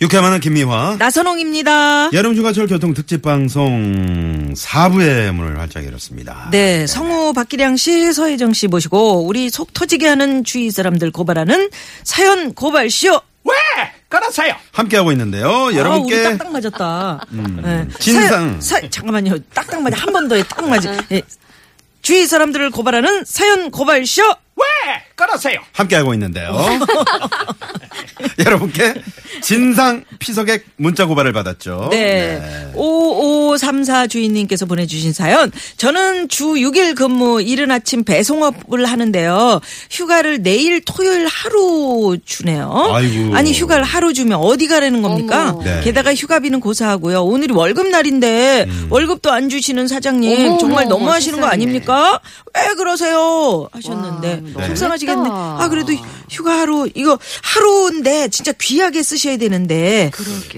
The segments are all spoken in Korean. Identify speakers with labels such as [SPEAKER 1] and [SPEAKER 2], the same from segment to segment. [SPEAKER 1] 유쾌만한 김미화.
[SPEAKER 2] 나선홍입니다.
[SPEAKER 1] 여름 휴가철 교통 특집 방송 4부의 문을 활짝 열었습니다.
[SPEAKER 2] 네, 성우 박기량 씨, 서혜정 씨 모시고 우리 속 터지게 하는 주위 사람들 고발하는 사연 고발 쇼.
[SPEAKER 3] 왜? 끊었어요.
[SPEAKER 1] 함께하고 있는데요.
[SPEAKER 2] 아, 우리
[SPEAKER 1] 여러분께 음.
[SPEAKER 2] 딱딱 맞았다. 네.
[SPEAKER 1] 진상.
[SPEAKER 2] 사, 사, 잠깐만요. 딱딱 맞아. 한 번 더 해. 딱 맞아. 예. 주위 사람들을 고발하는 사연 고발 쇼.
[SPEAKER 3] 왜? 끊었어요.
[SPEAKER 1] 함께하고 있는데요. 여러분께 진상 피서객 문자 고발을 받았죠.
[SPEAKER 2] 네. 5534 주인님께서 보내주신 사연. 저는 주 6일 근무, 이른 아침 배송업을 하는데요. 휴가를 내일 토요일 하루 주네요.
[SPEAKER 1] 아이고.
[SPEAKER 2] 니 휴가를 하루 주면 어디 가라는 겁니까?
[SPEAKER 1] 네.
[SPEAKER 2] 게다가 휴가비는 고사하고요. 오늘이 월급날인데
[SPEAKER 1] 음.
[SPEAKER 2] 월급도 안 주시는 사장님 정말 너무하시는 거 아닙니까? 왜 그러세요? 하셨는데
[SPEAKER 1] 네.
[SPEAKER 2] 속상하시겠네. 아 그래도 휴가 하루 이거 하루인데 진짜 귀하게 쓰셔야
[SPEAKER 1] 그러니까.
[SPEAKER 2] 되는데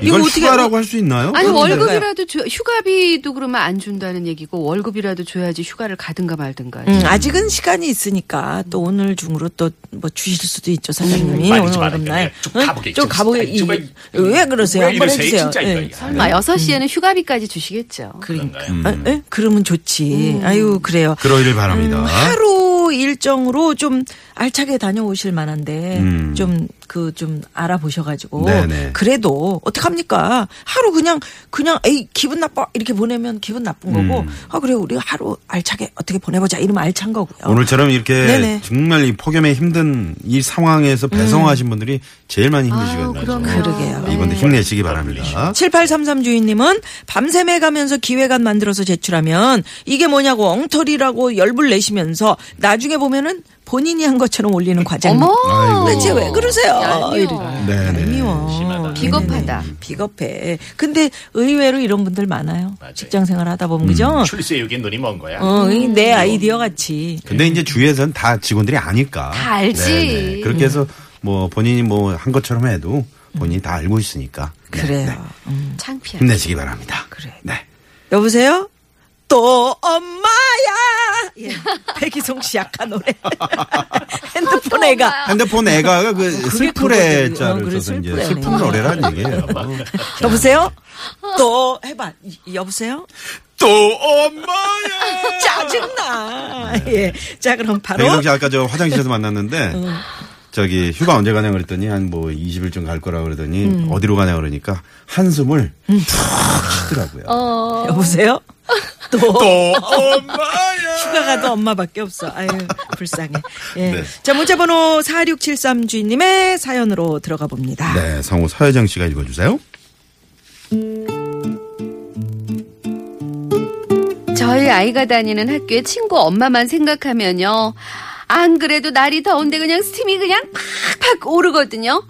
[SPEAKER 1] 이걸
[SPEAKER 2] 어떻게
[SPEAKER 1] 휴가라고 할 수 있나요?
[SPEAKER 4] 아니
[SPEAKER 2] 그건 그래요.
[SPEAKER 4] 월급이라도 줘, 휴가비도 그러면 안 준다는 얘기고 월급이라도 줘야지 휴가를 가든가 말든가.
[SPEAKER 2] 음, 아직은 시간이 있으니까 또
[SPEAKER 3] 음.
[SPEAKER 2] 오늘 중으로 또 뭐 주실 수도 있죠 사장님이 음, 오늘
[SPEAKER 3] 말이지 말아야
[SPEAKER 2] 월급날
[SPEAKER 3] 돼. 쭉 가보게,
[SPEAKER 2] 쭉
[SPEAKER 3] 좀
[SPEAKER 2] 가보게
[SPEAKER 3] 스타일, 좀
[SPEAKER 2] 이- 왜 그러세요
[SPEAKER 3] 왜
[SPEAKER 2] 한번
[SPEAKER 3] 이러세요?
[SPEAKER 2] 해주세요
[SPEAKER 3] 진짜 이거
[SPEAKER 2] 예.
[SPEAKER 3] 이거.
[SPEAKER 4] 설마 6시에는 휴가비까지 주시겠죠.
[SPEAKER 2] 그러니까
[SPEAKER 3] 음.
[SPEAKER 2] 아, 예? 그러면 좋지 아유 그래요
[SPEAKER 1] 그러길 바랍니다.
[SPEAKER 2] 음, 하루 일정으로 좀 알차게 다녀오실 만한데
[SPEAKER 1] 음.
[SPEAKER 2] 좀 그 좀 알아보셔가지고
[SPEAKER 1] 네네.
[SPEAKER 2] 그래도 어떡합니까 하루 그냥 그냥 에이 기분 나빠 이렇게 보내면 기분 나쁜 거고
[SPEAKER 3] 음.
[SPEAKER 2] 아 그래 우리 하루 알차게 어떻게 보내보자 이러면 알찬 거고요
[SPEAKER 1] 오늘처럼 이렇게
[SPEAKER 2] 어. 네네. 음.
[SPEAKER 1] 정말 이 폭염에 힘든 이 상황에서 배송하신 분들이 제일 많이
[SPEAKER 4] 아,
[SPEAKER 1] 힘드시거든요.
[SPEAKER 2] 아, 그러게요.
[SPEAKER 4] 음.
[SPEAKER 2] 네.
[SPEAKER 1] 이번에 힘내시기 바랍니다.
[SPEAKER 2] 7833 주인님은 밤샘에 가면서 기획안 만들어서 제출하면 이게 뭐냐고 엉터리라고 열불 내시면서 나중에 보면은 본인이 한 것처럼 올리는 과장.
[SPEAKER 4] 어머.
[SPEAKER 1] 아이고.
[SPEAKER 2] 대체 왜 그러세요?
[SPEAKER 4] 얄미워.
[SPEAKER 1] 네네.
[SPEAKER 2] 미워.
[SPEAKER 4] 비겁하다.
[SPEAKER 2] 네. 비겁해. 근데 의외로 이런 분들 많아요. 직장 생활 하다 보면 그죠?
[SPEAKER 3] 출세욕에 눈이 먼 거야.
[SPEAKER 1] 음,
[SPEAKER 2] 어, 이내 아이디어 같이.
[SPEAKER 1] 근데 이제 주위에선 다 직원들이 아니까.
[SPEAKER 4] 다 알지.
[SPEAKER 1] 네네. 그렇게 해서 뭐 본인이 뭐 한 것처럼 해도 본인이 다 알고 있으니까. 네,
[SPEAKER 2] 그래요.
[SPEAKER 1] 네.
[SPEAKER 4] 창피해.
[SPEAKER 1] 힘내시기 바랍니다.
[SPEAKER 2] 그래.
[SPEAKER 1] 네.
[SPEAKER 2] 여보세요? 또 엄마야. 예. 백이송 씨 약한 노래. 핸드폰 애가.
[SPEAKER 1] 핸드폰 애가 그 슬프레
[SPEAKER 2] 아, 그거거든. 어,
[SPEAKER 1] 자를
[SPEAKER 2] 그래,
[SPEAKER 1] 써서 이제
[SPEAKER 2] 슬프레네. 네.
[SPEAKER 1] 슬픈 노래란 얘기예요.
[SPEAKER 2] 여보세요? 또 해봐. 이- 여보세요?
[SPEAKER 1] 또 엄마야.
[SPEAKER 2] 짜증나. 예. 자, 그럼 바로.
[SPEAKER 1] 백희석 씨 네, 아까 저 화장실에서 만났는데
[SPEAKER 2] 네.
[SPEAKER 1] 저기 휴가 언제 가냐 그랬더니 한 뭐 20일쯤 갈 거라 그러더니
[SPEAKER 2] 음.
[SPEAKER 1] 어디로 가냐 그러니까 한숨을 푹 쉬더라고요.
[SPEAKER 2] 어. 여보세요? 또.
[SPEAKER 1] 또 엄마야.
[SPEAKER 2] 휴가 가도 엄마밖에 없어. 아유, 불쌍해. 예.
[SPEAKER 1] 네.
[SPEAKER 2] 자, 문자번호 4673 주인님의 사연으로 들어가 봅니다.
[SPEAKER 1] 네, 성우 서혜정 씨가 읽어주세요.
[SPEAKER 4] 저희 아이가 다니는 학교에 친구 엄마만 생각하면요. 안 그래도 날이 더운데 그냥 스팀이 그냥 팍팍 오르거든요.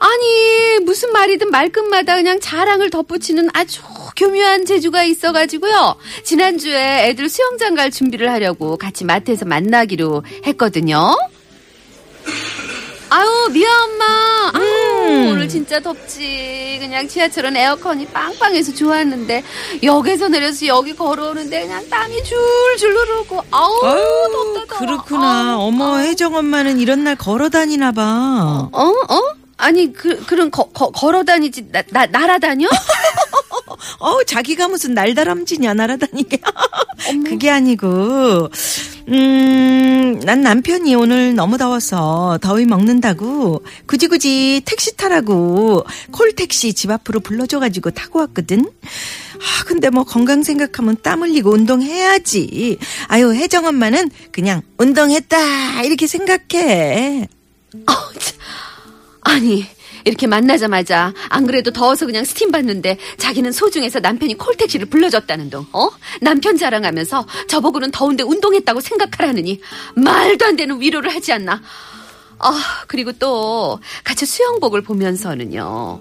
[SPEAKER 4] 아니, 무슨 말이든 말끝마다 그냥 자랑을 덧붙이는 아주 교묘한 재주가 있어가지고요. 지난주에 애들 수영장 갈 준비를 하려고 같이 마트에서 만나기로 했거든요. 아유, 미아 엄마.
[SPEAKER 2] 음.
[SPEAKER 4] 아유, 오늘 진짜 덥지. 그냥 지하철은 에어컨이 빵빵해서 좋았는데, 역에서 내려서 여기 걸어오는데 그냥 땀이 줄줄 흐르고, 아우,
[SPEAKER 2] 아유,
[SPEAKER 4] 덥다, 더워.
[SPEAKER 2] 그렇구나.
[SPEAKER 4] 아우,
[SPEAKER 2] 어머, 혜정 엄마는 이런 날 걸어 다니나 봐.
[SPEAKER 4] 어? 어? 아니, 그, 그런, 거, 거- 걸어 다니지, 나, 나, 날아다녀?
[SPEAKER 2] 어, 자기가 무슨 날다람쥐냐, 날아다니게. 그게 아니고, 음, 난 남편이 오늘 너무 더워서 더위 먹는다고, 굳이 굳이 택시 타라고, 콜택시 집 앞으로 불러줘가지고 타고 왔거든? 아, 근데 뭐 건강 생각하면 땀 흘리고 운동해야지. 아유, 혜정 엄마는 그냥 운동했다, 이렇게 생각해.
[SPEAKER 4] 어, 아니, 이렇게 만나자마자 안 그래도 더워서 그냥 스팀 받는데 자기는 소중해서 남편이 콜택시를 불러줬다는 둥. 어? 남편 자랑하면서 저보고는 더운데 운동했다고 생각하라느니 말도 안 되는 위로를 하지 않나. 아, 그리고 또 같이 수영복을 보면서는요.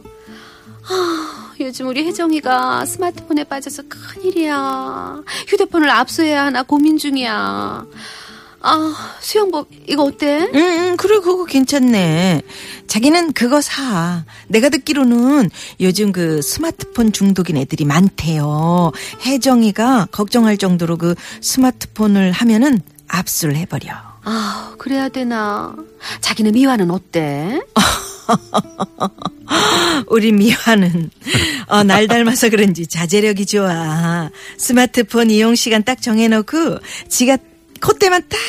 [SPEAKER 4] 아, 요즘 우리 혜정이가 스마트폰에 빠져서 큰일이야. 휴대폰을 압수해야 하나 고민 중이야. 아, 수영복, 이거 어때?
[SPEAKER 2] 응, 응, 그래, 그거 괜찮네. 자기는 그거 사. 내가 듣기로는 요즘 그 스마트폰 중독인 애들이 많대요. 혜정이가 걱정할 정도로 그 스마트폰을 하면은 압수를 해버려.
[SPEAKER 4] 아, 그래야 되나. 자기네 미화는 어때?
[SPEAKER 2] 우리 미화는, 어, 날 닮아서 그런지 자제력이 좋아. 스마트폰 이용 시간 딱 정해놓고, 지가 콧대만 딱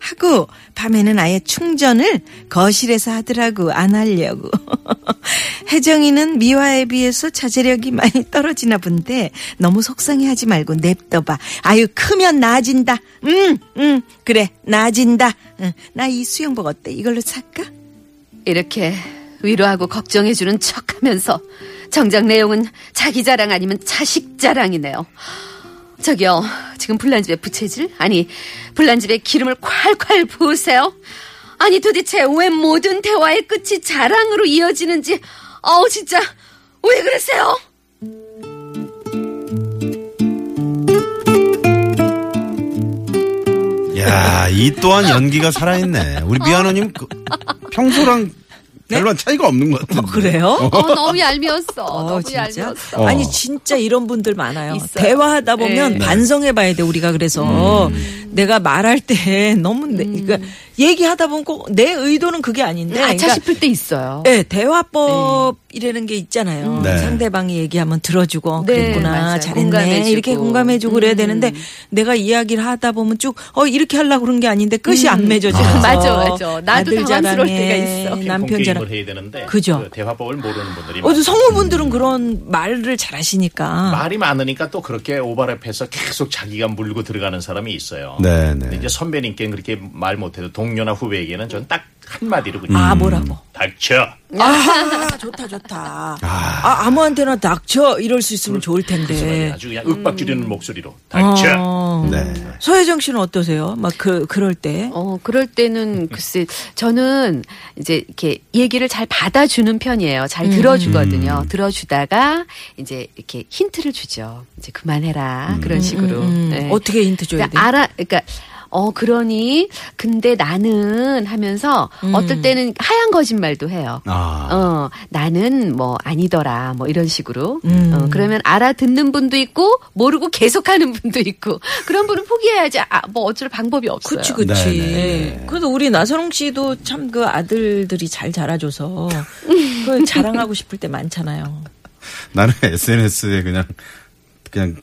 [SPEAKER 2] 하고, 밤에는 아예 충전을 거실에서 하더라고, 안 하려고. 혜정이는 미화에 비해서 자제력이 많이 떨어지나 본데, 너무 속상해 하지 말고 냅둬봐. 아유, 크면 나아진다. 응, 응, 그래, 나아진다. 응, 나 이 수영복 어때? 이걸로 살까?
[SPEAKER 4] 이렇게 위로하고 걱정해주는 척 하면서 정작 내용은 자기 자랑 아니면 자식 자랑이네요. 저기요, 지금 불난집에 부채질? 아니, 불난집에 기름을 콸콸 부으세요? 아니, 도대체 왜 모든 대화의 끝이 자랑으로 이어지는지, 어우, 진짜, 왜 그러세요?
[SPEAKER 1] 야, 이 또한 연기가 살아있네. 우리 미아노님 그- 평소랑 별반 차이가 없는 것 같은데.
[SPEAKER 2] 네? 그래요?
[SPEAKER 4] 어, 너무 얄미웠어.
[SPEAKER 2] 어,
[SPEAKER 4] 너무
[SPEAKER 2] 진짜?
[SPEAKER 4] 얄미웠어.
[SPEAKER 1] 어.
[SPEAKER 2] 아니 진짜 이런 분들 많아요.
[SPEAKER 4] 있어요. 네.
[SPEAKER 2] 대화하다 보면 반성해 봐야 돼 우리가 그래서
[SPEAKER 3] 음.
[SPEAKER 2] 내가 말할 때 너무 내, 그러니까 얘기하다 보면 꼭 내 의도는 그게 아닌데
[SPEAKER 4] 음. 아차
[SPEAKER 2] 그러니까
[SPEAKER 4] 싶을 때 있어요.
[SPEAKER 2] 예, 대화법이라는 게 있잖아요.
[SPEAKER 1] 네.
[SPEAKER 2] 상대방이 얘기하면 들어주고
[SPEAKER 4] 네,
[SPEAKER 2] 그랬구나
[SPEAKER 4] 맞아요.
[SPEAKER 2] 잘했네
[SPEAKER 4] 공감해주고. 음.
[SPEAKER 2] 이렇게 공감해주고 그래야 되는데 내가 이야기를 하다 보면 쭉 어 이렇게 하려고 그런 게 아닌데 끝이 안 맺어지면서
[SPEAKER 4] 음. 맞아, 맞아. 나도
[SPEAKER 2] 아들
[SPEAKER 4] 당황스러울
[SPEAKER 2] 자랑해,
[SPEAKER 4] 때가 있어.
[SPEAKER 2] 남편 자랑
[SPEAKER 3] 게임을 해야 되는데
[SPEAKER 2] 그죠.
[SPEAKER 3] 그 대화법을 모르는 분들이
[SPEAKER 2] 어제
[SPEAKER 3] 많아요.
[SPEAKER 2] 성우분들은 그런 말을 잘하시니까
[SPEAKER 3] 말이 많으니까 또 그렇게 오버랩해서 계속 자기가 물고 들어가는 사람이 있어요.
[SPEAKER 1] 네, 네.
[SPEAKER 3] 근데 이제 선배님께는 그렇게 말 못해도 동료나 후배에게는 전 딱 한마디로 그냥
[SPEAKER 2] 아 뭐라고?
[SPEAKER 3] 닥쳐.
[SPEAKER 2] 아, 좋다, 좋다. 아, 아무한테나 닥쳐. 이럴 수 있으면 좋을
[SPEAKER 3] 그래서
[SPEAKER 2] 텐데.
[SPEAKER 3] 아주 그냥 윽박지르는
[SPEAKER 2] 음.
[SPEAKER 3] 목소리로 닥쳐.
[SPEAKER 2] 어.
[SPEAKER 1] 네.
[SPEAKER 2] 서혜정 씨는 어떠세요? 막 그, 그럴 때.
[SPEAKER 4] 어, 그럴 때는 글쎄 저는 이제 이렇게 얘기를 잘 받아주는 편이에요.
[SPEAKER 2] 음.
[SPEAKER 4] 잘 들어주거든요. 들어주다가 이제 이렇게 힌트를 주죠. 이제 그만해라 그런 식으로.
[SPEAKER 2] 음,
[SPEAKER 4] 네.
[SPEAKER 2] 어떻게 힌트 줘야 돼?
[SPEAKER 4] 그러니까 알아, 그러니까 어 그러니 근데 나는 하면서
[SPEAKER 2] 음.
[SPEAKER 4] 어떨 때는 하얀 거짓말도 해요.
[SPEAKER 1] 아.
[SPEAKER 4] 어 나는 뭐 아니더라 뭐 이런 식으로.
[SPEAKER 2] 음.
[SPEAKER 4] 어, 그러면 알아듣는 분도 있고 모르고 계속하는 분도 있고 그런 분은 포기해야지 아, 뭐 어쩔 방법이 없어요.
[SPEAKER 2] 그치, 그치.
[SPEAKER 1] 네, 네,
[SPEAKER 2] 그래도 우리 나선홍 씨도 참 그 아들들이 잘 자라줘서 그 자랑하고 싶을 때 많잖아요.
[SPEAKER 1] 나는 SNS에 그냥, 그냥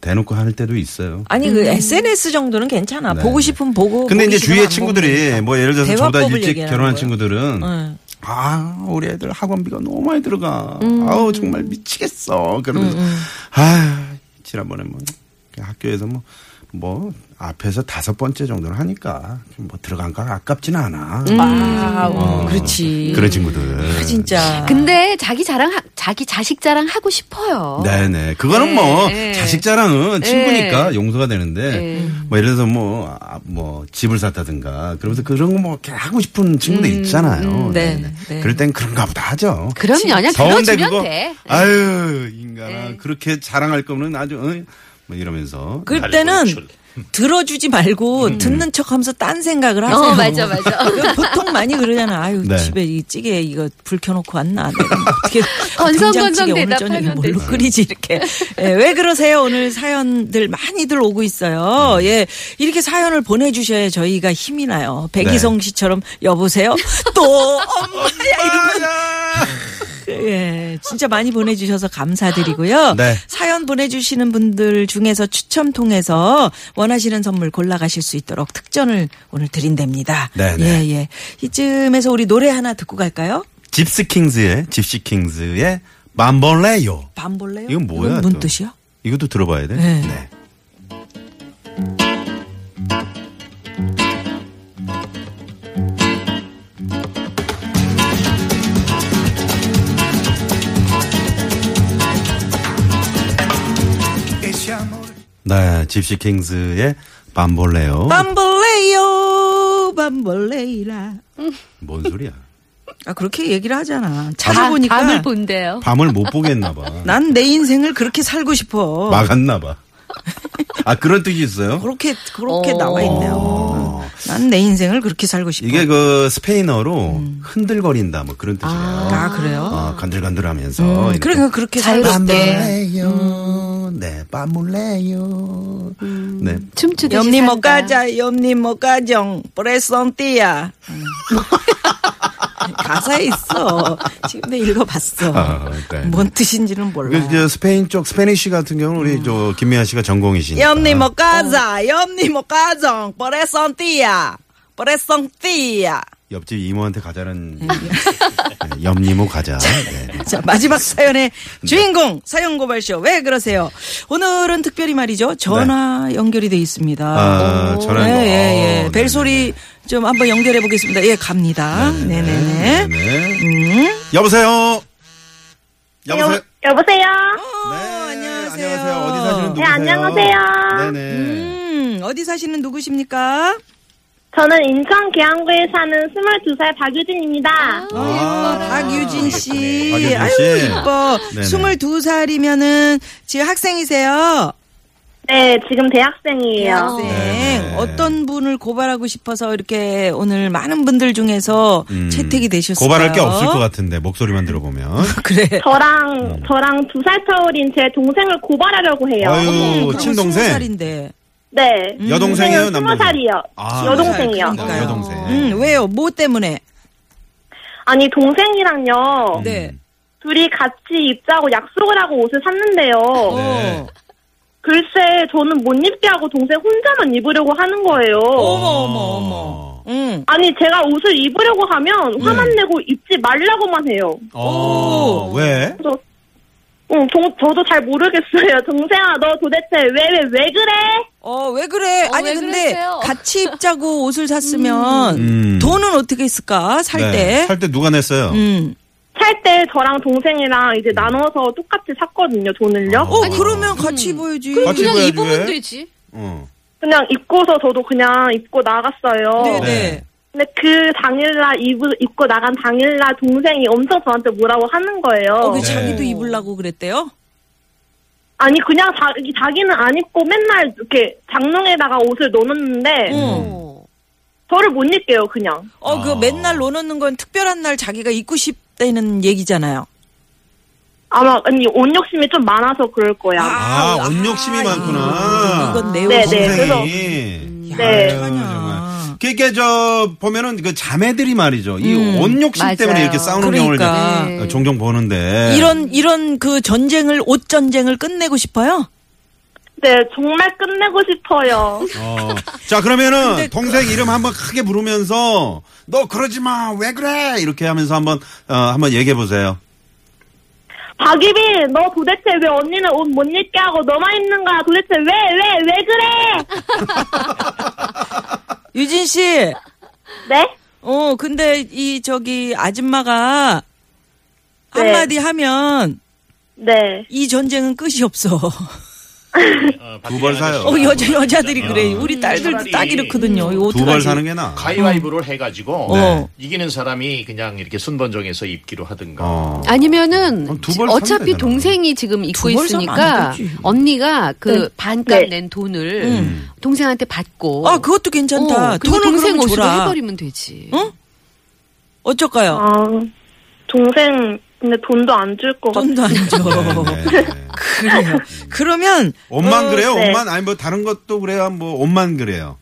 [SPEAKER 1] 대놓고 할 때도 있어요.
[SPEAKER 2] 아니,
[SPEAKER 4] 음.
[SPEAKER 2] 그 SNS 정도는 괜찮아.
[SPEAKER 1] 네.
[SPEAKER 2] 보고 싶으면 보고.
[SPEAKER 1] 근데
[SPEAKER 2] 보기
[SPEAKER 1] 이제
[SPEAKER 2] 싫으면
[SPEAKER 1] 주위에
[SPEAKER 2] 안 보면
[SPEAKER 1] 친구들이
[SPEAKER 2] 되니까.
[SPEAKER 1] 뭐 예를 들어서 저보다
[SPEAKER 2] 대화법을
[SPEAKER 1] 일찍
[SPEAKER 2] 얘기하는
[SPEAKER 1] 결혼한
[SPEAKER 2] 거예요.
[SPEAKER 1] 친구들은
[SPEAKER 2] 응.
[SPEAKER 1] 아 우리 애들 학원비가 너무 많이 들어가
[SPEAKER 2] 음.
[SPEAKER 1] 아우 정말 미치겠어 그러면서 아 지난번에 뭐 학교에서 뭐 뭐 앞에서 다섯 번째 정도는 하니까 좀뭐 들어간 거 아깝진 않아
[SPEAKER 2] 아, 어, 그렇지.
[SPEAKER 1] 그런 친구들
[SPEAKER 2] 아, 진짜.
[SPEAKER 4] 근데 자기 자랑 하- 자기 자식 자랑 하고 싶어요.
[SPEAKER 1] 네네. 그거는 뭐
[SPEAKER 2] 예,
[SPEAKER 4] 네.
[SPEAKER 1] 자식 자랑은 친구니까
[SPEAKER 4] 네.
[SPEAKER 1] 용서가 되는데
[SPEAKER 4] 네.
[SPEAKER 1] 뭐 예를 들어서 뭐뭐 집을 샀다든가 그러면서 그런 거 뭐 이렇게 하고 싶은 친구들 있잖아요.
[SPEAKER 2] 음, 네,
[SPEAKER 1] 네네.
[SPEAKER 2] 네.
[SPEAKER 1] 그럴 땐 그런가 보다 하죠.
[SPEAKER 4] 그럼요. 그냥
[SPEAKER 1] 더운데
[SPEAKER 4] 들어주면
[SPEAKER 1] 그거
[SPEAKER 4] 돼. 예.
[SPEAKER 1] 아유 인간아 그렇게 자랑할 거면 아주 어? 뭐 이러면서
[SPEAKER 2] 그럴 때는
[SPEAKER 3] 달고 출. 음.
[SPEAKER 2] 들어주지 말고 듣는 척 하면서 딴 생각을 하세요.
[SPEAKER 4] 음. 어 맞아 맞아.
[SPEAKER 2] 이거 보통 많이 그러잖아. 아유,
[SPEAKER 1] 네.
[SPEAKER 2] 집에 이 찌개 이거 불 켜놓고 왔나. 내가 어떻게
[SPEAKER 4] 건성건성
[SPEAKER 2] 된장찌개 오늘
[SPEAKER 4] 대답하면
[SPEAKER 2] 저녁에 뭘로
[SPEAKER 4] 되지.
[SPEAKER 2] 끓이지, 이렇게. 예, 왜 그러세요? 오늘 사연들 많이들 오고
[SPEAKER 3] 음.
[SPEAKER 2] 있어요. 예. 이렇게 사연을 보내주셔야 저희가 힘이 나요.
[SPEAKER 3] 네.
[SPEAKER 2] 백이성 씨처럼 여보세요? 또 엄마야,
[SPEAKER 1] 아,
[SPEAKER 2] 이러면 예, 진짜 많이 보내주셔서 감사드리고요.
[SPEAKER 1] 네.
[SPEAKER 2] 사연 보내주시는 분들 중에서 추첨 통해서 원하시는 선물 골라가실 수 있도록 특전을 오늘 드린답니다.
[SPEAKER 1] 네, 네.
[SPEAKER 2] 예, 예. 이쯤에서 우리 노래 하나 듣고 갈까요?
[SPEAKER 1] 집스킹즈의 집시킹즈의 맘벌레요.
[SPEAKER 2] 밤볼래요?
[SPEAKER 1] 이건 뭐야?
[SPEAKER 2] 뭔
[SPEAKER 1] 또?
[SPEAKER 2] 뜻이야?
[SPEAKER 1] 이것도 들어봐야 돼.
[SPEAKER 2] 네.
[SPEAKER 1] 네. 네, 집시킹즈의 밤볼레요.
[SPEAKER 2] 밤볼래요, 밤볼레이라.
[SPEAKER 1] 뭔 소리야?
[SPEAKER 2] 아, 그렇게 얘기를 하잖아. 찾아보니까
[SPEAKER 4] 밤을 본대요.
[SPEAKER 1] 밤을 못 보겠나 봐.
[SPEAKER 2] 난 내 인생을 그렇게 살고 싶어.
[SPEAKER 1] 막았나 봐. 아 그런 뜻이 있어요?
[SPEAKER 2] 그렇게 그렇게
[SPEAKER 4] 어.
[SPEAKER 2] 나와 있네요. 난 내 인생을 그렇게 살고 싶어.
[SPEAKER 1] 이게 그 스페인어로 흔들거린다 뭐 그런 뜻이에요.
[SPEAKER 2] 음. 아, 그래요?
[SPEAKER 1] 어, 간들간들하면서. 이렇게.
[SPEAKER 2] 그러니까 그렇게 살고 싶
[SPEAKER 4] 자유롭게
[SPEAKER 1] 밤을래요.
[SPEAKER 2] 음.
[SPEAKER 1] 네, 밤을래요. 네.
[SPEAKER 4] 춤추듯이
[SPEAKER 2] 염니
[SPEAKER 4] 산다.
[SPEAKER 2] 못 가자, 염니 못 가정, 브레송띠야. 음. 가사에 있어. 지금 내가 읽어봤어.
[SPEAKER 1] 아, 네.
[SPEAKER 2] 뭔 뜻인지는 몰라.
[SPEAKER 1] 그, 저 스페인 쪽 스페니쉬 같은 경우는 우리 저 김미아 씨가 전공이시니까.
[SPEAKER 2] 음. 염니 못 가자, 염니 못 가정, 브레송띠야, 브레송띠야.
[SPEAKER 1] 옆집 이모한테 가자는 네, 염리모 가자. 네.
[SPEAKER 2] 음. 자, 마지막 사연의 주인공 사연 고발쇼 왜 그러세요? 오늘은 특별히 말이죠 전화 연결이 돼 있습니다.
[SPEAKER 1] 네. 아,
[SPEAKER 2] 오.
[SPEAKER 1] 전화 연결.
[SPEAKER 2] 예, 예, 예.
[SPEAKER 1] 어,
[SPEAKER 2] 벨
[SPEAKER 1] 네네네.
[SPEAKER 2] 소리 좀 한번 연결해 보겠습니다. 예, 갑니다. 네네네.
[SPEAKER 1] 네.
[SPEAKER 2] 음.
[SPEAKER 1] 여보세요. 여보세요. 네,
[SPEAKER 5] 여보세요?
[SPEAKER 2] 어, 안녕하세요.
[SPEAKER 1] 어디 사시는 누구세요?
[SPEAKER 5] 네, 안녕하세요.
[SPEAKER 1] 네네.
[SPEAKER 2] 음, 어디 사시는 누구십니까?
[SPEAKER 5] 저는 인천 계양구에 사는 22살 박유진입니다.
[SPEAKER 2] 어,
[SPEAKER 1] 아,
[SPEAKER 2] 박유진 씨.
[SPEAKER 1] 박유진 씨.
[SPEAKER 2] 아유, 이뻐.
[SPEAKER 1] 네네.
[SPEAKER 2] 22살이면은 지금 학생이세요?
[SPEAKER 5] 네, 지금 대학생이에요.
[SPEAKER 2] 학생.
[SPEAKER 1] 네네.
[SPEAKER 2] 아, 어떤 분을 고발하고 싶어서 이렇게 오늘 많은 분들 중에서
[SPEAKER 1] 음,
[SPEAKER 2] 채택이 되셨을까요?
[SPEAKER 1] 고발할 게 없을 것 같은데 목소리만 들어보면.
[SPEAKER 2] 그래.
[SPEAKER 1] 음.
[SPEAKER 5] 저랑, 저랑 두 살 차올인 제 동생을 고발하려고 해요.
[SPEAKER 1] 아유 친동생.
[SPEAKER 2] 음, 20살인데. 음.
[SPEAKER 5] 네.
[SPEAKER 1] 여동생이에요,
[SPEAKER 5] 동생은
[SPEAKER 1] 남동생?
[SPEAKER 5] 20살이요.
[SPEAKER 1] 아,
[SPEAKER 5] 여동생이요.
[SPEAKER 1] 그러니까. 어, 여동생.
[SPEAKER 2] 네. 음, 왜요? 뭐 때문에?
[SPEAKER 5] 아니,
[SPEAKER 1] 음.
[SPEAKER 5] 동생이랑요.
[SPEAKER 2] 네.
[SPEAKER 5] 둘이 같이 입자고 약속을 하고 옷을 샀는데요.
[SPEAKER 1] 네.
[SPEAKER 5] 글쎄, 저는 못 입게 하고 동생 혼자만 입으려고 하는 거예요.
[SPEAKER 2] 어머, 어머. 음.
[SPEAKER 5] 아니, 제가 옷을 입으려고 하면
[SPEAKER 1] 네.
[SPEAKER 5] 화만 내고 입지 말라고만 해요.
[SPEAKER 1] 어, 왜?
[SPEAKER 5] 저, 응, 동- 저도 잘 모르겠어요. 동생아, 너 도대체 왜, 왜, 왜 그래?
[SPEAKER 2] 어, 왜 그래?
[SPEAKER 4] 어,
[SPEAKER 2] 아니,
[SPEAKER 4] 왜
[SPEAKER 2] 근데
[SPEAKER 4] 그랬어요?
[SPEAKER 2] 같이 입자고 옷을 샀으면
[SPEAKER 1] 음. 네.
[SPEAKER 2] 돈은 어떻게 했을까? 살 때.
[SPEAKER 1] 살 때 누가 냈어요?
[SPEAKER 2] 음.
[SPEAKER 5] 살 때 저랑 동생이랑 이제 나눠서 똑같이 샀거든요, 돈을요.
[SPEAKER 1] 어.
[SPEAKER 2] 어, 그러면 같이 입어야지.
[SPEAKER 1] 같이
[SPEAKER 4] 음. 그냥
[SPEAKER 1] 입어야지,
[SPEAKER 4] 입으면
[SPEAKER 1] 왜?
[SPEAKER 4] 되지.
[SPEAKER 1] 어.
[SPEAKER 5] 그냥 입고서 저도 그냥 입고 나갔어요.
[SPEAKER 2] 네네.
[SPEAKER 1] 네.
[SPEAKER 5] 근데 그 당일날 입, 입고 나간 당일날 동생이 엄청 저한테 뭐라고 하는 거예요.
[SPEAKER 2] 어, 그
[SPEAKER 1] 네.
[SPEAKER 2] 자기도 입으려고 그랬대요?
[SPEAKER 5] 아니, 그냥 자기, 자기는 안 입고 맨날 이렇게 장롱에다가 옷을 넣어놓는데
[SPEAKER 2] 음.
[SPEAKER 4] 어.
[SPEAKER 5] 저를 못 입게요, 그냥.
[SPEAKER 2] 어, 그
[SPEAKER 1] 아.
[SPEAKER 2] 맨날 넣어놓는 건 특별한 날 자기가 입고 싶다는 얘기잖아요.
[SPEAKER 5] 아마, 아니, 온 욕심이 좀 많아서 그럴 거야.
[SPEAKER 1] 아, 온 욕심이 많구나.
[SPEAKER 2] 이건 내
[SPEAKER 5] 네,
[SPEAKER 2] 옷이.
[SPEAKER 5] 네, 그래서-
[SPEAKER 1] 동생이.
[SPEAKER 5] 네.
[SPEAKER 1] 아유, 정말. 그게 저 보면은 그 자매들이 말이죠. 이 온 욕심
[SPEAKER 4] 맞아요.
[SPEAKER 1] 때문에 이렇게 싸우는
[SPEAKER 2] 음. 그러니까.
[SPEAKER 1] 경우를 이제 종종
[SPEAKER 4] 네.
[SPEAKER 1] 보는데
[SPEAKER 2] 이런 이런 그 전쟁을 옷 전쟁을 끝내고 싶어요.
[SPEAKER 5] 네, 정말 끝내고 싶어요.
[SPEAKER 1] 어. 자 그러면은 동생 이름 한번 크게 부르면서 너 그러지 마 왜 그래 이렇게 하면서 한번 어, 한번 얘기해 보세요.
[SPEAKER 5] 박유빈, 너 도대체 왜 언니는 옷 못 입게 하고 너만 입는 거야? 도대체 왜, 왜, 왜 그래?
[SPEAKER 2] 유진 씨.
[SPEAKER 5] 네?
[SPEAKER 2] 어 근데 이 저기 아줌마가
[SPEAKER 5] 네.
[SPEAKER 2] 한마디 하면
[SPEAKER 5] 네.
[SPEAKER 2] 이 전쟁은 끝이 없어.
[SPEAKER 1] 두 벌 사요.
[SPEAKER 2] 어 여자 여자들이
[SPEAKER 5] 그렇죠.
[SPEAKER 2] 그래.
[SPEAKER 5] 음,
[SPEAKER 2] 우리 딸들도 딱 이렇거든요. 이거
[SPEAKER 1] 두 벌
[SPEAKER 2] 어떡하지?
[SPEAKER 1] 사는 게 나.
[SPEAKER 3] 가위바위보를 해가지고
[SPEAKER 2] 네.
[SPEAKER 3] 이기는 사람이 그냥 이렇게 순번 정해서 입기로 하든가.
[SPEAKER 1] 어.
[SPEAKER 4] 아니면은
[SPEAKER 1] 그럼 두벌 사면
[SPEAKER 4] 어차피
[SPEAKER 1] 되잖아.
[SPEAKER 4] 동생이 지금 입고
[SPEAKER 2] 두벌 사면 안
[SPEAKER 4] 있으니까
[SPEAKER 2] 되지.
[SPEAKER 4] 언니가 그 반값
[SPEAKER 5] 네.
[SPEAKER 4] 낸 돈을 동생한테 받고
[SPEAKER 2] 음. 아 그것도 괜찮다.
[SPEAKER 4] 어, 그리고
[SPEAKER 2] 돈을
[SPEAKER 4] 동생
[SPEAKER 2] 그러면
[SPEAKER 4] 옷으로
[SPEAKER 2] 줘라.
[SPEAKER 4] 해버리면 되지.
[SPEAKER 2] 응? 어쩔까요?
[SPEAKER 5] 아, 동생, 근데 돈도 안 줄 것 같아.
[SPEAKER 2] 돈도 안 줘.
[SPEAKER 1] 네, 네, 네.
[SPEAKER 2] 그래요. 그러면
[SPEAKER 1] 옷만 그래요?
[SPEAKER 5] 네.
[SPEAKER 1] 옷만 아니 뭐 다른 것도 그래요? 뭐 옷만 그래요?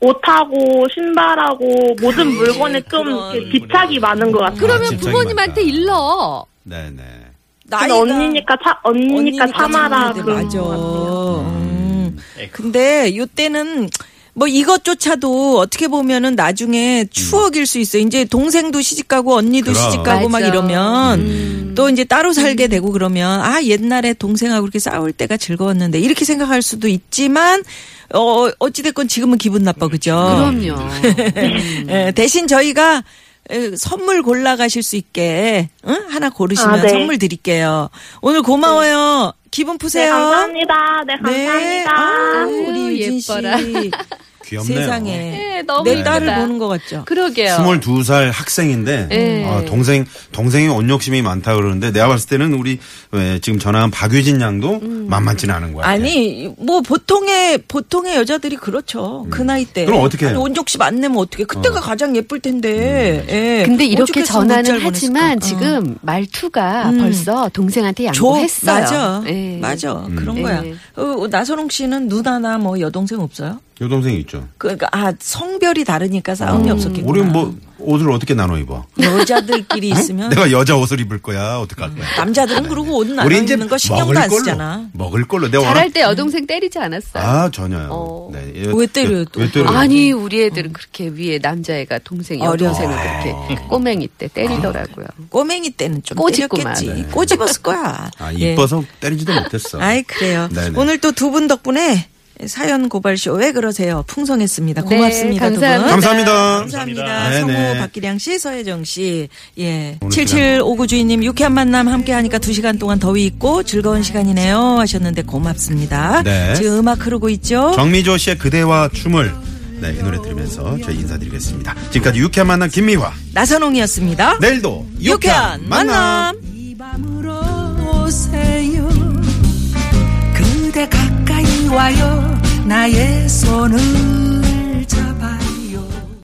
[SPEAKER 5] 옷하고, 신발하고, 모든 물건에 좀 이렇게 집착이 많은 것 같아.
[SPEAKER 1] 아,
[SPEAKER 4] 그러면
[SPEAKER 1] 진짜
[SPEAKER 4] 부모님한테
[SPEAKER 1] 힘들다.
[SPEAKER 4] 일러.
[SPEAKER 1] 네네.
[SPEAKER 5] 근데
[SPEAKER 2] 나이가
[SPEAKER 5] 언니니까 차, 언니니까 참아라.
[SPEAKER 2] 참아야 돼.
[SPEAKER 5] 그런
[SPEAKER 2] 맞아.
[SPEAKER 5] 것 같아요.
[SPEAKER 2] 음.
[SPEAKER 3] 에이, 그-
[SPEAKER 2] 근데 요때는 뭐 이것조차도 어떻게 보면은 나중에 추억일 수 있어. 이제 동생도 시집가고 언니도
[SPEAKER 1] 그럼. 음.
[SPEAKER 2] 시집가고 막
[SPEAKER 4] 맞아.
[SPEAKER 2] 이러면 또 이제 따로
[SPEAKER 5] 음.
[SPEAKER 2] 살게 되고 그러면 아 옛날에 동생하고 이렇게 싸울 때가 즐거웠는데 이렇게 생각할 수도 있지만 어 어찌 됐건 지금은 기분 나빠 그죠?
[SPEAKER 4] 그럼요. 음.
[SPEAKER 2] 예, 대신 저희가 에, 선물 골라 가실 수 있게 응? 하나 고르시면
[SPEAKER 5] 아, 네.
[SPEAKER 2] 선물 드릴게요. 오늘 고마워요. 기분
[SPEAKER 5] 네,
[SPEAKER 2] 푸세요.
[SPEAKER 5] 감사합니다. 네, 감사합니다.
[SPEAKER 2] 네. 아, 우리
[SPEAKER 4] 아유,
[SPEAKER 2] 유진 씨.
[SPEAKER 4] 예뻐라.
[SPEAKER 1] 귀엽네요.
[SPEAKER 2] 세상에.
[SPEAKER 4] 예, 너무
[SPEAKER 2] 내 딸을
[SPEAKER 4] 이쁘다.
[SPEAKER 2] 보는 것 같죠.
[SPEAKER 4] 그러게요.
[SPEAKER 1] 22살 학생인데
[SPEAKER 4] 예.
[SPEAKER 1] 아, 동생 동생이 온 욕심이 많다 그러는데 내가 봤을 때는 우리 왜, 지금 전화한 박유진 양도 만만치는 않은 거야.
[SPEAKER 2] 음. 아니 뭐 보통의 보통의 여자들이 그렇죠 그 나이 때
[SPEAKER 1] 음. 그럼 어떻게 해요? 음.
[SPEAKER 2] 아니, 온족씨 안 내면 어떻게 그때가 가장 예쁠 텐데 예.
[SPEAKER 4] 근데 이렇게
[SPEAKER 2] 오죽했으면
[SPEAKER 4] 전화는
[SPEAKER 2] 문자를
[SPEAKER 4] 하지만
[SPEAKER 2] 보냈을까?
[SPEAKER 4] 지금 말투가
[SPEAKER 2] 음.
[SPEAKER 4] 벌써 동생한테
[SPEAKER 2] 어. 조
[SPEAKER 4] 양보했어요.
[SPEAKER 2] 맞아
[SPEAKER 4] 예.
[SPEAKER 2] 맞아 그런 거야
[SPEAKER 4] 예.
[SPEAKER 2] 어, 나선홍 씨는 누나나 뭐 여동생 없어요?
[SPEAKER 1] 요 동생 있죠.
[SPEAKER 2] 그러니까 아 성별이 다르니까 싸움이
[SPEAKER 4] 음.
[SPEAKER 2] 없었겠구나
[SPEAKER 1] 우리 뭐 옷을 어떻게 나눠 입어?
[SPEAKER 2] 여자들끼리 있으면
[SPEAKER 1] 내가 여자 옷을 입을 거야. 어떻게 할 거야?
[SPEAKER 2] 음. 남자들은 그러고 옷 나눠
[SPEAKER 1] 우리 이제
[SPEAKER 2] 입는 거 신경도 안
[SPEAKER 1] 먹을 걸로,
[SPEAKER 2] 쓰잖아
[SPEAKER 1] 먹을 걸로 내가
[SPEAKER 4] 잘할
[SPEAKER 1] 워낙-
[SPEAKER 4] 때 여동생 때리지 않았어요.
[SPEAKER 1] 아 전혀요.
[SPEAKER 4] 어.
[SPEAKER 1] 네,
[SPEAKER 2] 왜 때려요, 또?
[SPEAKER 1] 왜 때려요?
[SPEAKER 4] 아니 우리 애들은 그렇게 위에 남자애가 동생
[SPEAKER 2] 어려서.
[SPEAKER 4] 여동생을 그렇게 꼬맹이 때 때리더라고요.
[SPEAKER 2] 꼬맹이 때는 좀
[SPEAKER 4] 꼬집구만.
[SPEAKER 2] 때렸겠지 꼬집었을 거야
[SPEAKER 1] 아,
[SPEAKER 2] 예.
[SPEAKER 1] 이뻐서 때리지도 못했어.
[SPEAKER 2] 아이 그래요.
[SPEAKER 1] 네네.
[SPEAKER 2] 오늘 또 두 분 덕분에 사연 고발쇼 왜 그러세요? 풍성했습니다. 고맙습니다.
[SPEAKER 4] 네, 감사합니다.
[SPEAKER 2] 두 분.
[SPEAKER 1] 감사합니다.
[SPEAKER 2] 감사합니다.
[SPEAKER 1] 네네.
[SPEAKER 2] 성우 박기량 씨, 서혜정 씨. 예.
[SPEAKER 1] 오늘
[SPEAKER 2] 7759 주인님 유쾌한 만남 함께 하니까 두 시간 동안 더위 있고 즐거운 시간이네요 하셨는데 고맙습니다.
[SPEAKER 1] 네.
[SPEAKER 2] 지금 음악 흐르고 있죠?
[SPEAKER 1] 정미조 씨의 그대와 춤을 네, 이 노래 들으면서 저희 인사드리겠습니다. 지금까지 유쾌한 만남 김미화.
[SPEAKER 2] 나선홍이었습니다.
[SPEAKER 1] 내일도
[SPEAKER 2] 유쾌한 만남.
[SPEAKER 6] 이 밤으로 오세요 그대 가까이 와요 나의 손을